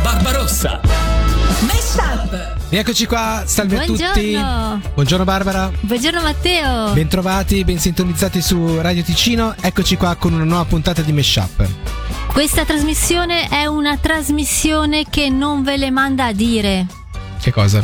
Messa. Mashup! Eccoci qua, salve a Buongiorno. tutti. Buongiorno Barbara. Buongiorno Matteo. Bentrovati, ben sintonizzati su Radio Ticino. Eccoci qua con una nuova puntata di Meshup. Questa trasmissione è una trasmissione che non ve le manda a dire. Che cosa?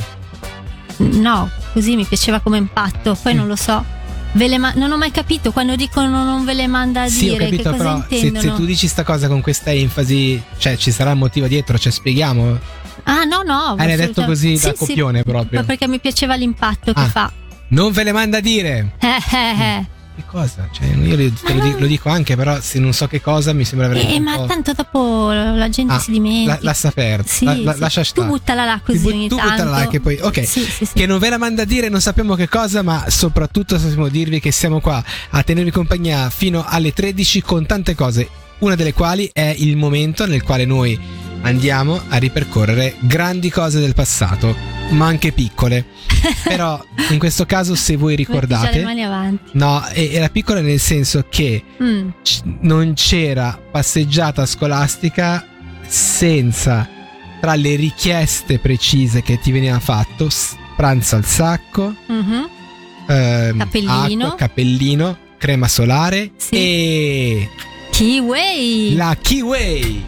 No, così mi piaceva come impatto, poi non lo so. Ve le ma- non ho mai capito quando dicono non ve le manda a sì, ho dire capito, che cosa però se, intendono. se tu dici sta cosa con questa enfasi, cioè ci sarà un motivo dietro, cioè spieghiamo. Ah, no, no. Ah, l'hai detto assolutamente. così da Sì, sì, copione proprio. ma perché mi piaceva l'impatto che Ah. Mm, fa. Non ve le manda a dire. Eh, eh, eh. Che cosa? Cioè, io le- te lo, di- lo dico anche, però se non so che cosa mi sembra veramente Eh, un ma po'- tanto dopo la gente Ah, si dimentica. la- lascia perdere. Sì, La- la- sì. lascia Tu stare. buttala là Ti così bu- ogni tu buttala tanto. là che poi- ok. Sì, sì, sì. che non ve la manda a dire, non sappiamo che cosa, ma soprattutto sappiamo dirvi che siamo qua a tenervi compagnia fino alle 13 con tante cose, una delle quali è il momento nel quale noi andiamo a ripercorrere grandi cose del passato, ma anche piccole. Però in questo caso se voi Metti già le ricordate, mani avanti. no, e- era piccola nel senso che Mm. c- non c'era passeggiata scolastica senza tra le richieste precise che ti veniva fatto s- pranzo al sacco, mhm. ehm, Cappellino. acqua, cappellino, crema solare Sì. e Kiwi! la Kiwi.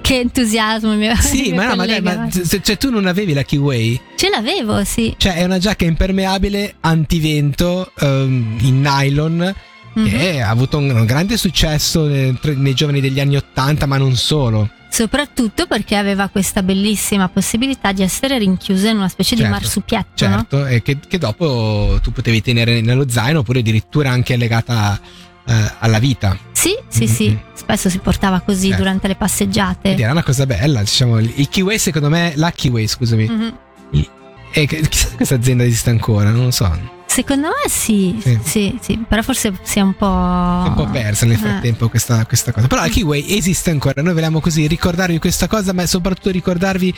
Che entusiasmo il mio. Sì, il mio ma no, ma, dai, collega, ma guarda. se- cioè, tu non avevi la Kiwi? ce l'avevo, sì. Cioè è una giacca impermeabile antivento ehm, in nylon Mhm. che ha avuto un, un grande successo eh, tra- nei giovani degli anni 80, ma non solo. Soprattutto perché aveva questa bellissima possibilità di essere rinchiusa in una specie di Certo, marsupietto, no? Certo, e che, che dopo tu potevi tenere nello zaino oppure addirittura anche legata eh, alla vita. Sì, sì, sì. Mhm. Spesso si portava così Certo. durante le passeggiate. Ed era una cosa bella, diciamo, il il Kiwi secondo me, la Kiwi scusami, Mhm. e che- chissà se questa azienda esiste ancora, non lo so, è Secondo me sì, Sì. sì, sì, però forse si è un po'. un Oh. po' persa nel frattempo questa, questa cosa. Però la Kiwi esiste ancora, noi vogliamo così ricordarvi questa cosa, ma soprattutto ricordarvi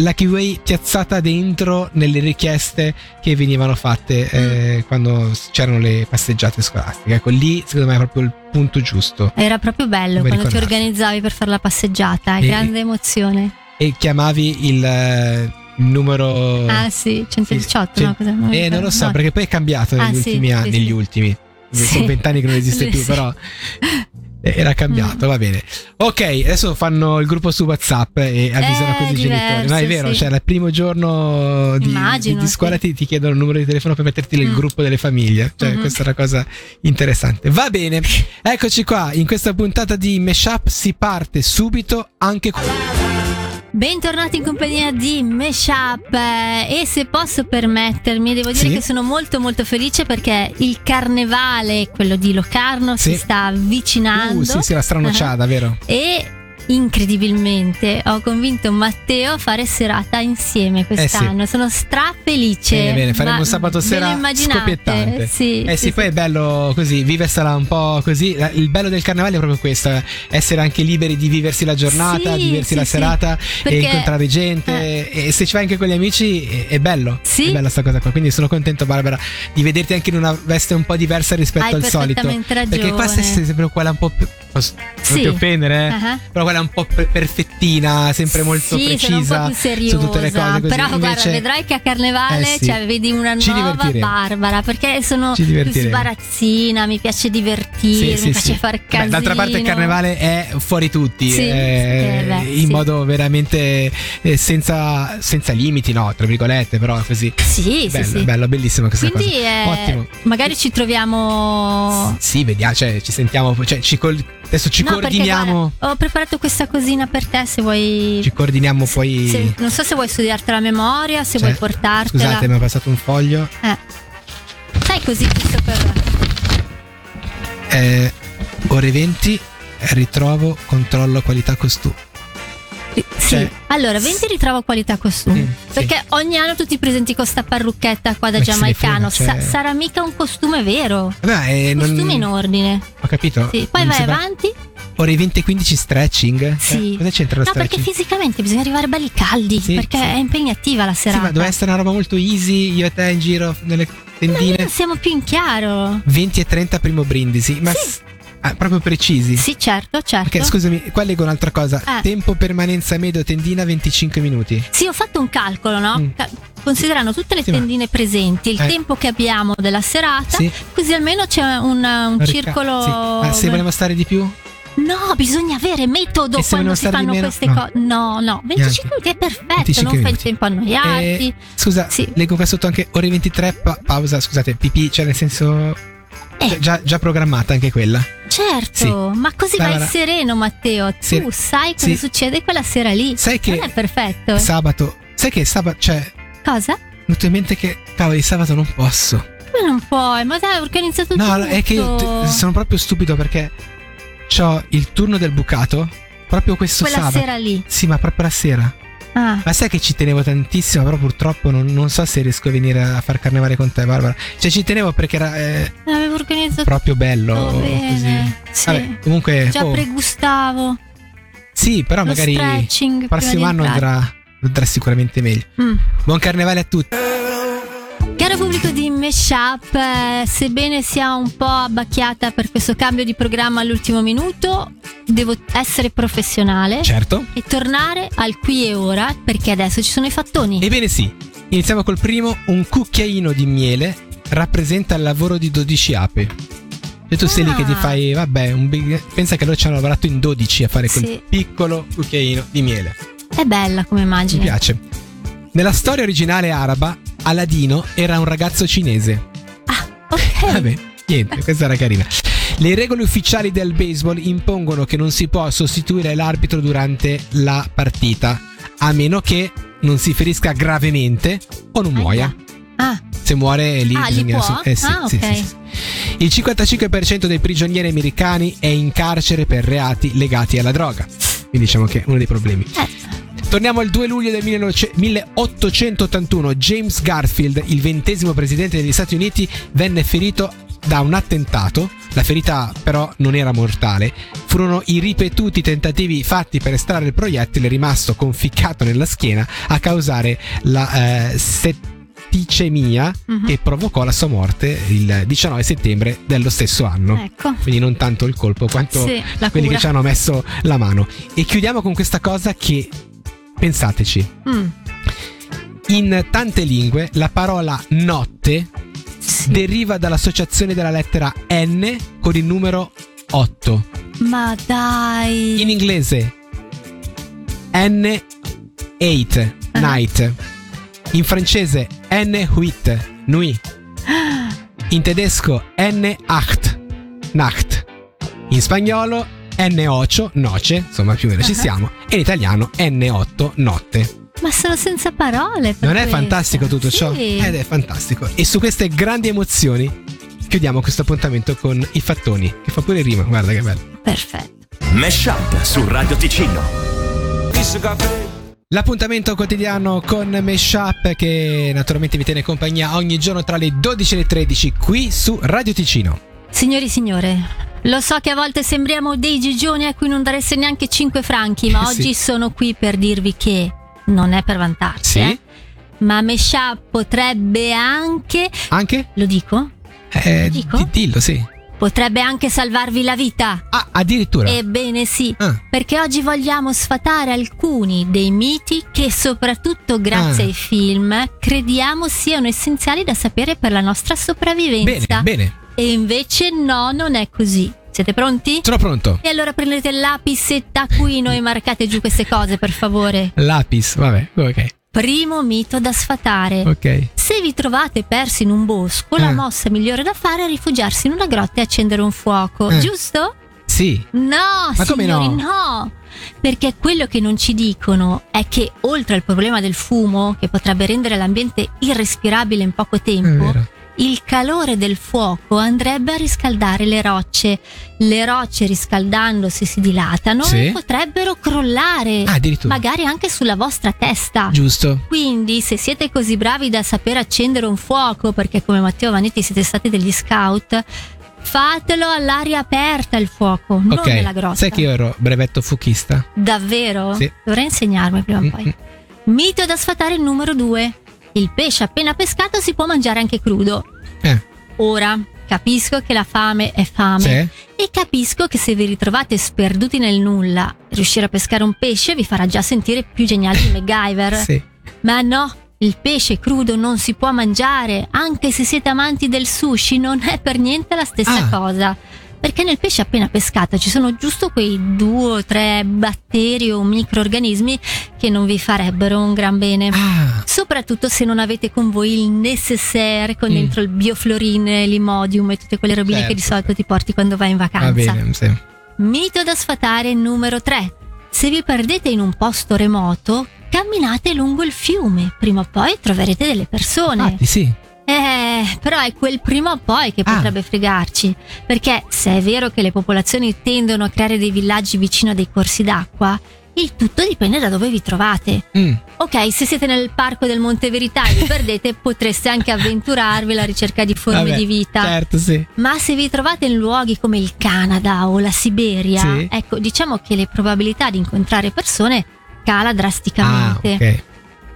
la Kiwi piazzata dentro nelle richieste che venivano fatte eh, quando c'erano le passeggiate scolastiche. Ecco, lì secondo me è proprio il punto giusto. Era proprio bello Come quando ti ricordarsi. organizzavi per fare la passeggiata, è E- grande emozione. e chiamavi il eh, numero Ah sì, 118, Oh. Sì, no? Cosa, non eh, non lo so no. perché poi è cambiato negli Ah, sì, ultimi sì, anni sì. negli ultimi Sì. sono vent'anni che non esiste Sì, più sì. però eh, era cambiato va bene ok adesso fanno il gruppo su whatsapp e avvisano Eh, così i genitori no è diverso, vero sì. cioè il primo giorno di, Immagino, di- di scuola sì. ti, ti chiedono il numero di telefono per metterti nel Mm. gruppo delle famiglie cioè Mhm. questa è una cosa interessante va bene eccoci qua in questa puntata di Meshup si parte subito anche con Bentornati in compagnia di Meshup eh, e se posso permettermi devo dire Sì. che sono molto molto felice perché il carnevale, quello di Locarno, Sì. si sta avvicinando Uh, sì, sì, la stranociada, vero? e incredibilmente ho convinto Matteo a fare serata insieme quest'anno. Sono strafelice. Eh, Bene, bene, faremo ma un sabato ve lo sera immaginate? scoppiettante. Sì, Eh sì, poi è bello così, viversela un po' così. La- Il bello del carnevale è proprio questo, eh, essere anche liberi di viversi la giornata, Sì, viversi sì, la sì. serata e Perché- eh. incontrare gente. E se ci vai anche con gli amici è, è bello. Sì. È bella sta cosa qua. Quindi sono contento Barbara di vederti anche in una veste un po' diversa rispetto Hai al solito. perfettamente ragione. Perché qua sei sempre quella un po' più... posso- Non Sì. ti offendere, eh? Ah. Però quella un po' per- perfettina, sempre molto sì, sono un po' precisa più seriosa, su tutte le cose. Così. Però guarda, Invece- vedrai che a carnevale Eh sì. cioè, vedi una Ci nuova divertiremo. Barbara perché sono Ci più divertiremo. sbarazzina, mi piace divertirmi, mi piace far Beh, casino. d'altra parte il carnevale è fuori tutti, Sì, eh, sì, beh, in sì. modo veramente eh, senza, senza limiti, no, tra virgolette, però così. Sì, bello, sì, sì. bello, bellissima questa Quindi cosa. eh, Ottimo. magari ci troviamo Sì, vediamo, cioè ci sentiamo, cioè, ci col- adesso ci No, perché, coordiniamo. guarda, ho preparato questa cosina per te se vuoi Ci coordiniamo se- poi. se- non so se vuoi studiartela a memoria, se Cioè, vuoi portartela. Scusate, mi ha passato un foglio. Eh. Sai così giusto per Eh, ore 20, ritrovo, controllo qualità costumi. Sì. Cioè- allora, 20 ritrovo qualità costumi. Mm, sì. Perché ogni anno tu ti presenti con sta parrucchetta qua da Ma chi se ne giamaicano. frega, cioè- Sa- sarà mica un costume vero? Beh, eh, non- Costume in ordine. Ho capito. Sì. Poi non vai sembra- avanti. Ore 20 15 stretching? Sì. Eh, cosa c'entra lo No, perché stretching? fisicamente bisogna arrivare belli caldi. Sì, perché sì. è impegnativa la Sì, serata. ma doveva essere una roba molto easy, io e te in giro nelle Ma tendine. non siamo più in chiaro. 20 e 30 primo brindisi. Ma Sì. s- Ah, proprio precisi. Sì, certo, certo. Perché scusami, qua leggo un'altra cosa. Eh. Tempo permanenza medio tendina 25 minuti. Sì, ho fatto un calcolo, no? Mm. Ca- Considerando tutte le Sì, ma- tendine presenti, il Eh. tempo che abbiamo della serata, Sì. così almeno c'è un, un Ricca- circolo. sì. Ma se vogliamo stare di più? No, bisogna avere metodo E se vogliamo quando si stare di fanno meno? queste No. cose. No, no, 25 minuti è perfetto, 25 non fai il minuti. tempo a Eh, annoiarti. scusa, Sì. leggo qua sotto anche ore 23, pa- pausa, scusate, pipì, cioè nel senso... cioè, Eh. Già, già programmata anche quella. Certo, ma così Barbara. vai sereno, Matteo. Sì. Tu sai cosa Sì. succede quella sera lì. Sai che- Non è perfetto. eh. Sabato. Sai che sabato... Cioè, mi cosa? è venuto in mente che... Cavoli, sabato non posso. Ma non puoi, ma dai, ho organizzato tutto. No, è che io t- sono proprio stupido perché ho il turno del bucato proprio questo Quella sabato. sera lì. Sì, ma proprio la sera. Ah. Ma sai che ci tenevo tantissimo, però purtroppo non, non so se riesco a venire a far carnevale con te, Barbara. Cioè, ci tenevo perché era eh, Avevo organizzato proprio bello. tutto Così. bene. Sì. Vabbè, comunque. Già oh, pregustavo sì, però lo magari il stretching prima prossimo di anno entrare. andrà, andrà sicuramente meglio. Mm. Buon carnevale a tutti. Caro pubblico di Meshup, eh, sebbene sia un po' abbacchiata per questo cambio di programma all'ultimo minuto, devo essere professionale Certo. e tornare al qui e ora perché adesso ci sono i fattoni. Ebbene sì, iniziamo col primo, un cucchiaino di miele rappresenta il lavoro di 12 api. E tu sei lì che ti Ah. fai, vabbè, un big- pensa che loro ci hanno lavorato in 12 a fare quel Sì. piccolo cucchiaino di miele. È bella come Mi immagine. piace. Nella storia originale araba, Aladino era un ragazzo cinese. Ok. Vabbè, niente, questa era carina. Le regole ufficiali del baseball impongono che non si può sostituire l'arbitro durante la partita, a meno che non si ferisca gravemente o non muoia. Ah, Se muore lì Ah, li bisogna- può? eh, sì, Ah, sì, ok. sì, sì. Il 55% dei prigionieri americani è in carcere per reati legati alla droga. Quindi diciamo che è uno dei problemi. eh, Torniamo al 2 luglio del 1900 1881. James Garfield, il ventesimo presidente degli Stati Uniti, venne ferito da un attentato. La ferita però non era mortale. Furono i ripetuti tentativi fatti per estrarre il proiettile rimasto conficcato nella schiena a causare la eh, setticemia mhm. che provocò la sua morte il 19 settembre dello stesso anno. Ecco. Quindi non tanto il colpo quanto Sì, la quelli cura. che ci hanno messo la mano. E chiudiamo con questa cosa che, pensateci, Mm, in tante lingue la parola notte Mm. sì. deriva dall'associazione della lettera N con il numero 8. Ma dai. In inglese N 8, Ah. night. In francese N 8, nuit. In tedesco N8 Nacht. In spagnolo N8 noce, insomma più o meno ci Ah. siamo. E in italiano N8 notte. Ma sono senza parole. per Non è questo. fantastico tutto ciò? Eh, Sì. Ed è fantastico. E su queste grandi emozioni chiudiamo questo appuntamento con i fattoni, che fa pure rima, guarda che bello. Perfetto. Mesh Up su Radio Ticino. L'appuntamento quotidiano con Meshup che naturalmente vi tiene compagnia ogni giorno tra le 12 e le 13 qui su Radio Ticino. Signori e signore, lo so che a volte sembriamo dei gigioni a cui non dareste neanche 5 franchi, ma Eh, sì. oggi sono qui per dirvi che non è per vantarsi, Sì. eh. ma Mesha potrebbe anche, Anche? lo dico, Eh, Dico? di- dillo, sì. potrebbe anche salvarvi la vita. Ah, addirittura. Ebbene sì, Ah, perché oggi vogliamo sfatare alcuni dei miti che soprattutto grazie Ah. ai film crediamo siano essenziali da sapere per la nostra bene, sopravvivenza. bene. E invece no, non è così. Siete pronti? Sono pronto. E allora prendete lapis e taccuino e marcate giù queste cose, per favore. Lapis, vabbè, ok. Primo mito da sfatare. Ok. Se vi trovate persi in un bosco, la Eh. mossa migliore da fare è rifugiarsi in una grotta e accendere un fuoco, Eh. giusto? Sì. No, Ma come signori, no? no! Perché quello che non ci dicono è che oltre al problema del fumo, che potrebbe rendere l'ambiente irrespirabile in poco È tempo, vero. Ah, il calore del fuoco andrebbe a riscaldare le rocce. Le rocce riscaldandosi si dilatano Sì. e potrebbero crollare, Ah, addirittura. Eh, magari anche sulla vostra testa. Giusto. Quindi, se siete così bravi da saper accendere un fuoco, perché come Matteo Vanetti siete stati degli scout, fatelo all'aria aperta il fuoco, non ok. nella grotta. Sai che io ero brevetto fuchista? Davvero? Sì. Dovrei insegnarmi prima o poi. Mm, Mito da sfatare numero 2. Il pesce appena pescato si può mangiare anche crudo. Eh, Ora, Capisco che la fame è fame. Sì. E capisco che se vi ritrovate sperduti nel nulla, riuscire a pescare un pesce vi farà già sentire più geniali di MacGyver. Sì. Ma no, il pesce crudo non si può mangiare, anche se siete amanti del sushi, non è per niente la stessa Ah. cosa. Perché nel pesce appena pescato ci sono giusto quei due o tre batteri o microorganismi che non vi farebbero un gran bene. Ah, Soprattutto se non avete con voi il necessaire con Mm. dentro il bioflorine, l'imodium e tutte quelle robine che di Certo, solito ti porti quando vai in va vacanza. bene, sì. Mito da sfatare numero 3. Se vi perdete in un posto remoto, camminate lungo il fiume, prima o poi troverete delle persone. Infatti, Ah, sì. Eh, però è quel prima o poi che Ah. potrebbe fregarci, perché se è vero che le popolazioni tendono a creare dei villaggi vicino a dei corsi d'acqua, il tutto dipende da dove vi trovate. Mm. Ok, se siete nel parco del Monte Verità e vi perdete, potreste anche avventurarvi alla ricerca di forme Vabbè, di vita. Certo, sì. Ma se vi trovate in luoghi come il Canada o la Siberia, Sì. ecco, diciamo che le probabilità di incontrare persone cala Ah, drasticamente. ok.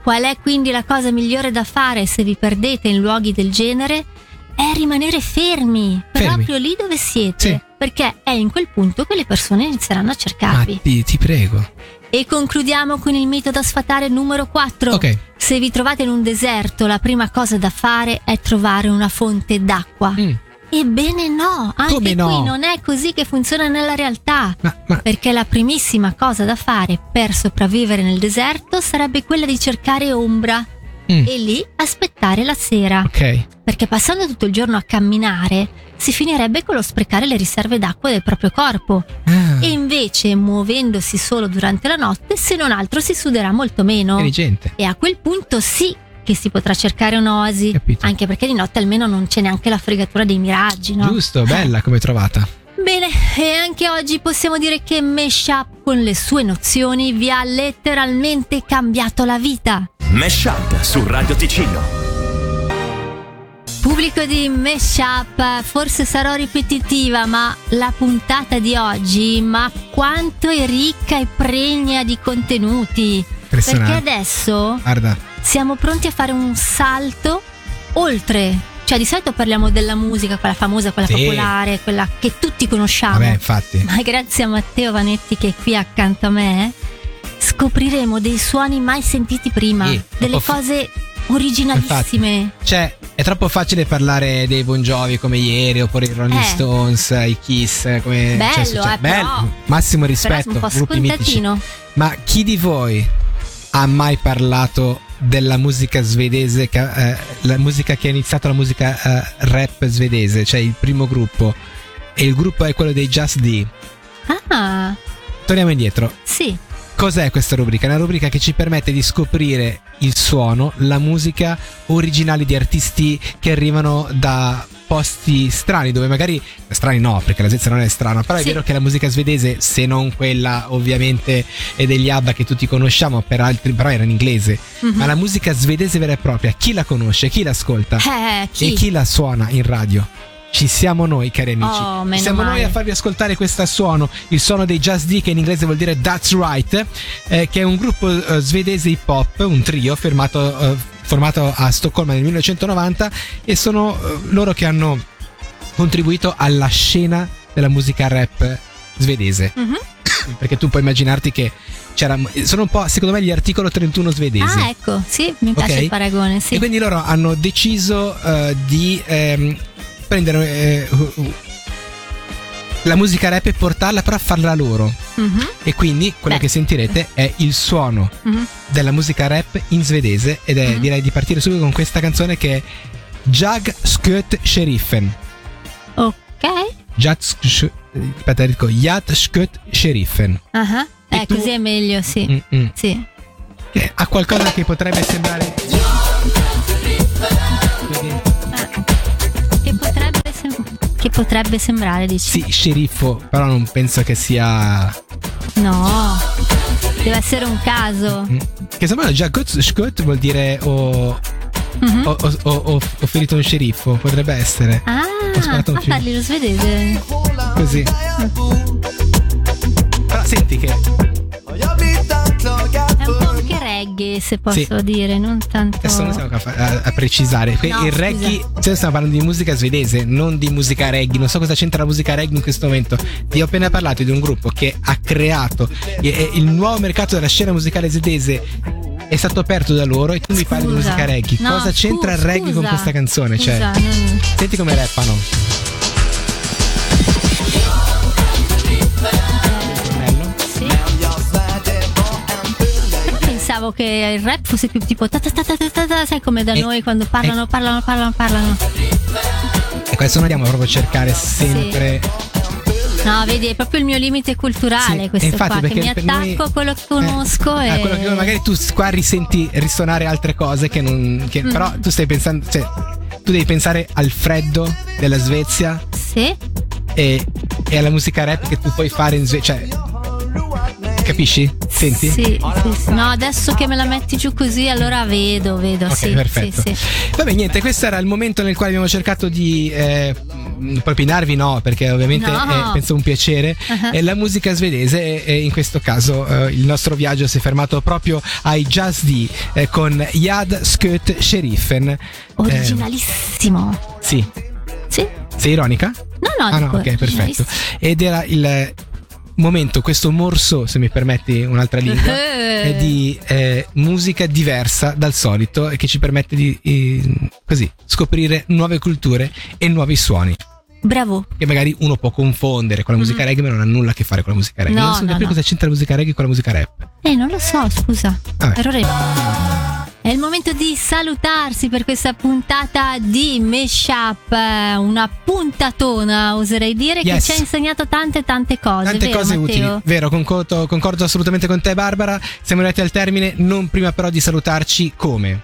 Qual è quindi la cosa migliore da fare se vi perdete in luoghi del genere? È rimanere fermi, Fermi. proprio lì dove siete, Sì. perché è in quel punto che le persone inizieranno a Ma cercarvi. ti, ti prego. E concludiamo con il mito da sfatare numero 4. Ok. Se vi trovate in un deserto, la prima cosa da fare è trovare una fonte d'acqua. Mm. Ebbene no, anche Come qui no? non è così che funziona nella realtà. Ma, ma Perché la primissima cosa da fare per sopravvivere nel deserto sarebbe quella di cercare ombra Mm. e lì aspettare la sera. ok. Perché passando tutto il giorno a camminare si finirebbe con lo sprecare le riserve d'acqua del proprio corpo Ah, e invece muovendosi solo durante la notte se non altro si suderà molto meno. intelligente. E a quel punto sì che si potrà cercare un'oasi, Capito. anche perché di notte almeno non c'è neanche la fregatura dei miraggi, no? Giusto, bella come trovata. Bene, e anche oggi possiamo dire che Meshup con le sue nozioni vi ha letteralmente cambiato la vita. Mesh Up su Radio Ticino. Pubblico di Meshup, forse sarò ripetitiva, ma la puntata di oggi, ma quanto è ricca e pregna di contenuti. Perché Impressionante. adesso Guarda. siamo pronti a fare un salto oltre. Cioè, di solito parliamo della musica, quella famosa, quella Sì. popolare, quella che tutti conosciamo. Vabbè, infatti. Ma grazie a Matteo Vanetti che è qui accanto a me, scopriremo dei suoni mai sentiti prima, Sì, delle ho fa- cose originalissime. Cioè, è troppo facile parlare dei Bon Jovi come ieri, oppure i Rolling Eh. Stones, i Kiss, come Bello, cioè, succe- eh, però- bello, massimo Però sono rispetto, un po' gruppi mitici. scontatino. Ma chi di voi ha mai parlato della musica svedese, che, eh, la musica che ha iniziato la musica eh, rap svedese, cioè il primo gruppo? E il gruppo è quello dei Just D. Ah, Torniamo indietro. sì. Cos'è questa rubrica? È una rubrica che ci permette di scoprire il suono, la musica originali di artisti che arrivano da posti strani, dove magari strani no, perché la Svezia non è strana, però è Sì. vero che la musica svedese, se non quella ovviamente è degli ABBA che tutti conosciamo, per altri, però era in inglese, Mhm. ma la musica svedese vera e propria, chi la conosce, chi l'ascolta Eh, e chi? Ah. chi la suona in radio? Ci siamo noi, cari amici. Oh, Ci meno siamo noi male. a farvi ascoltare questo suono, il suono dei Jazz D, che in inglese vuol dire That's Right, eh, che è un gruppo eh, svedese hip hop, un trio fermato, eh, formato a Stoccolma nel 1990 e sono eh, loro che hanno contribuito alla scena della musica rap svedese. Mhm. Perché tu puoi immaginarti che c'era. Sono un po', secondo me, gli articolo 31 svedesi. Ah, ecco, sì, mi piace Ok. il paragone, sì. E quindi loro hanno deciso eh, di ehm, prendere eh, uh, uh, la musica rap e portarla però a farla loro. Mhm, E quindi quello Beh. che sentirete è il suono mhm. della musica rap in svedese ed è Mhm. direi di partire subito con questa canzone che è Jag Sköt Sheriffen. Ok. Jag Sk- Sh- aspetta, dico Jag Sköt Sheriffen. ah E Eh, tu- così è meglio, sì. Mm, mm. Sì. Che ha qualcosa che potrebbe sembrare Che potrebbe, sem- che potrebbe sembrare, dici? sì, sceriffo, però non penso che sia No, deve essere un caso. Mm. Che sembra già gut- Schkut vuol dire ho, Mhm. ho, ho, ho- ho ferito un sceriffo, potrebbe essere. Ah, Ho sparato un ah, film. parli lo svedese. Così. Però senti che Jag blir anklagad È po' anche reggae, se posso Sì. dire, non tanto. Adesso non stiamo a, fa- a- a precisare. Que- No, il scusa. reggae, cioè, stiamo parlando di musica svedese, non di musica reggae. Non so cosa c'entra la musica reggae in questo momento. Ti ho appena parlato di un gruppo che ha creato i- e- il nuovo mercato della scena musicale svedese. È stato aperto da loro e tu mi parli di Scusa. musica reggae. No, cosa c'entra il scu- reggae con scusa. questa canzone? Cioè, Scusa, non- senti come rappano. Tornello. Sì. Pensavo che il rap fosse più tipo ta ta ta ta ta ta ta, sai come da Eh, noi quando parlano, eh. parlano, parlano, parlano. E questo noi andiamo proprio a cercare sempre. No, vedi, è proprio il mio limite culturale Sì, questo infatti, qua, che mi perché per noi- attacco a quello che conosco Eh, e... a quello che magari tu s- qua risenti risuonare altre cose che non. che- Mm. Però tu stai pensando. Cioè, tu devi pensare al freddo della Svezia Sì? e, e alla musica rap che tu puoi fare in Svezia. Cioè, capisci? Senti? Sì, sì, sì. No, adesso che me la metti giù così, allora vedo, vedo. Ok, sì, perfetto. Eh. sì, sì. Vabbè, niente, questo era il momento nel quale abbiamo cercato di eh, mh, propinarvi, no, perché ovviamente No. è penso un piacere. Ah. E la musica svedese, e in questo caso eh, il nostro viaggio si è fermato proprio ai Jazz D eh, con Yad Sköt Sheriffen. Eh, Originalissimo. sì, Sì? sei ironica? No, no, ah, no, dico, ok, perfetto. originalissimo. Ed era il momento, questo morso, se mi permetti un'altra lingua. Uh-huh. è di eh, musica diversa dal solito e che ci permette di eh, così scoprire nuove culture e nuovi suoni Bravo. che magari uno può confondere con la musica reggae ma non ha nulla a che fare con la musica reggae Mm-hmm. No, non so no, capire no. cosa c'entra la musica reggae con la musica rap Eh, non lo so, scusa. Vabbè. Errore. È il momento di salutarsi per questa puntata di Meshup, eh, una puntatona oserei dire, che Yes. ci ha insegnato tante tante cose. tante vero, cose Matteo? utili vero concordo, concordo assolutamente con te Barbara siamo arrivati al termine non prima però di salutarci come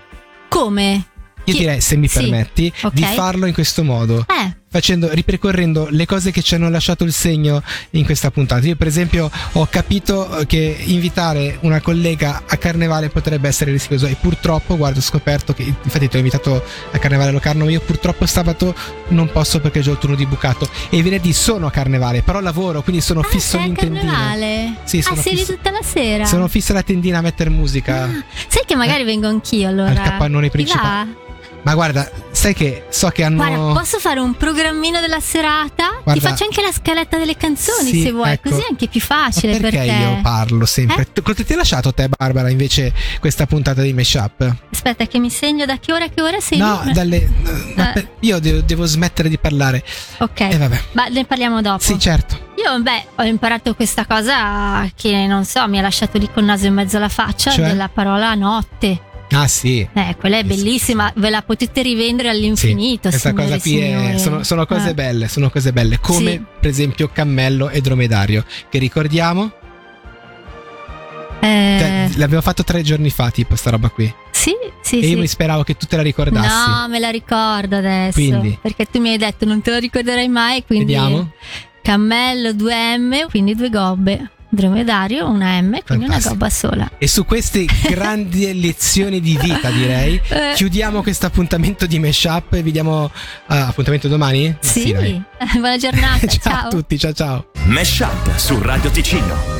Come? io Chi- direi se mi Sì, permetti ok. di farlo in questo modo Eh, facendo, ripercorrendo le cose che ci hanno lasciato il segno in questa puntata. Io, per esempio, ho capito eh, che invitare una collega a carnevale potrebbe essere rischioso. E purtroppo, guarda, ho scoperto che, infatti, ti ho invitato a carnevale a Locarno. ma Io, purtroppo, sabato non posso perché ho il turno di bucato. E venerdì sono a carnevale, però lavoro, quindi sono ah, fisso sei lì a in tendina. carnevale? Sì, sono ah, sei lì fisso- tutta la sera? Sono fisso alla tendina a mettere musica. Ah, sai che magari vengo anch'io allora. Al capannone Ti principale. va? Ma guarda, sai che so che hanno. Guarda, posso fare un programmino della serata? Ti Guarda- faccio anche la scaletta delle canzoni Sì, se vuoi, ecco. così è anche più facile Ma perché per te. Eh? io parlo sempre? Tu- Cosa ti ha lasciato te, Barbara, invece, questa puntata di Meshup? Aspetta, che mi segno da che ora a che ora sei No, libera? dalle. ma Eh. per- io devo, devo smettere di parlare. Ok, E vabbè. ma ne parliamo dopo. Eh, Sì, certo. Io, beh, ho imparato questa cosa che non so, mi ha lasciato lì col naso in mezzo alla faccia Cioè? della parola notte. Ah, sì. Eh, quella è Sì, sì. bellissima, ve la potete rivendere Sì, all'infinito. questa signore cosa e qui è- signori. sono, sono cose Eh. belle, sono cose belle, come Sì. per esempio cammello e dromedario, che ricordiamo, Eh, cioè, l'abbiamo fatto tre giorni fa, tipo sta roba qui. sì, sì, e sì. io mi speravo che tu te la ricordassi. No, me la ricordo adesso. Quindi? Perché tu mi hai detto non te la ricorderai mai, quindi Vediamo. cammello 2M, quindi due gobbe. Dromedario, una M, Fantastico. quindi una gobba sola. E su queste grandi lezioni di vita, direi, Eh. chiudiamo questo appuntamento di Meshup e vi diamo ah, appuntamento domani? Ah, Sì, dai. buona giornata, ciao a tutti, ciao ciao. Mesh Up su Radio Ticino.